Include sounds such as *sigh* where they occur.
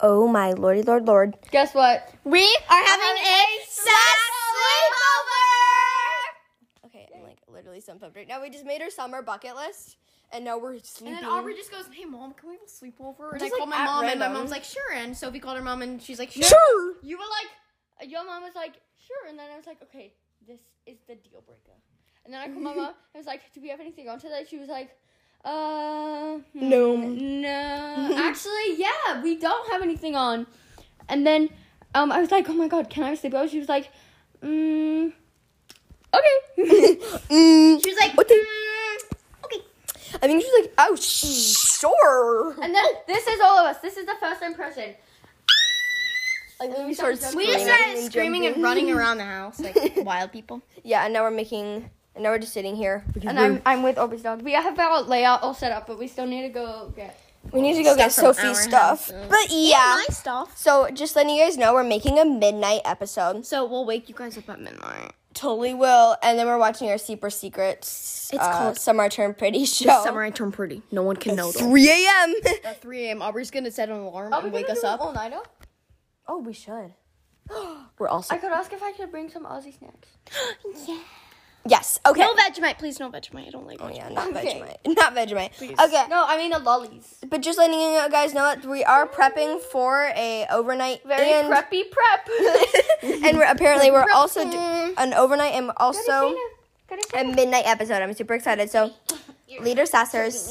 Oh my lordy, lord, lord. Guess what? We are having a sleepover. Okay, I'm like literally so pumped right now. We just made our summer bucket list, and now we're sleeping. And then Aubrey just goes, "Hey mom, can we have a sleepover?" And Just, I called like, my at mom, and my random. mom's like, "Sure." And Sophie called her mom, and she's like, "Sure." sure. You were like, your mom was like, sure. And then I was like, okay, this is the deal breaker. And then I called my mom. I was like, do we have anything on today? She was like, uh, "Mm." hmm, No. *laughs* no. Actually, yeah, we don't have anything on. And then um, I was like, oh my god, can I have a sleepover? She was like, mm, okay. Mm, She was like, Okay. "Mm, "Okay." I think she's like, oh, sh- sure. and then this is all of us. This is the first impression. Like, then we started We screaming, just started and screaming and jumping. running around the *laughs* house like wild people. Yeah, and now we're making, and now we're just sitting here. And I'm, I'm with Obi's dog. We have our layout all set up, but we still need to go get we need to go get Stuff from Sophie's our stuff. house. But yeah. stuff. So just letting you guys know, we're making a midnight episode. So we'll wake you guys up at midnight. Totally will. And then we're watching our Super Secrets. It's uh, called- Summer I Turn Pretty show. Summer I turn pretty. No one can know. 3 *laughs* a.m. At 3 a.m. Aubrey's gonna set an alarm Are we and wake gonna us do an up. all-nighter? oh, we should. we're also. I could ask if I could bring some Aussie snacks. yes. Okay. No Vegemite, please. No Vegemite. I don't like. Oh, Vegemite. yeah, not Okay. Vegemite. *laughs* Not Vegemite. Okay. No, I mean the lollies. But just letting you guys know that we are prepping for a overnight Very and preppy prep. *laughs* and we're apparently we're also do- an overnight and also Gotta see it. Gotta see *laughs* a midnight episode. I'm super excited. So, leader sassers.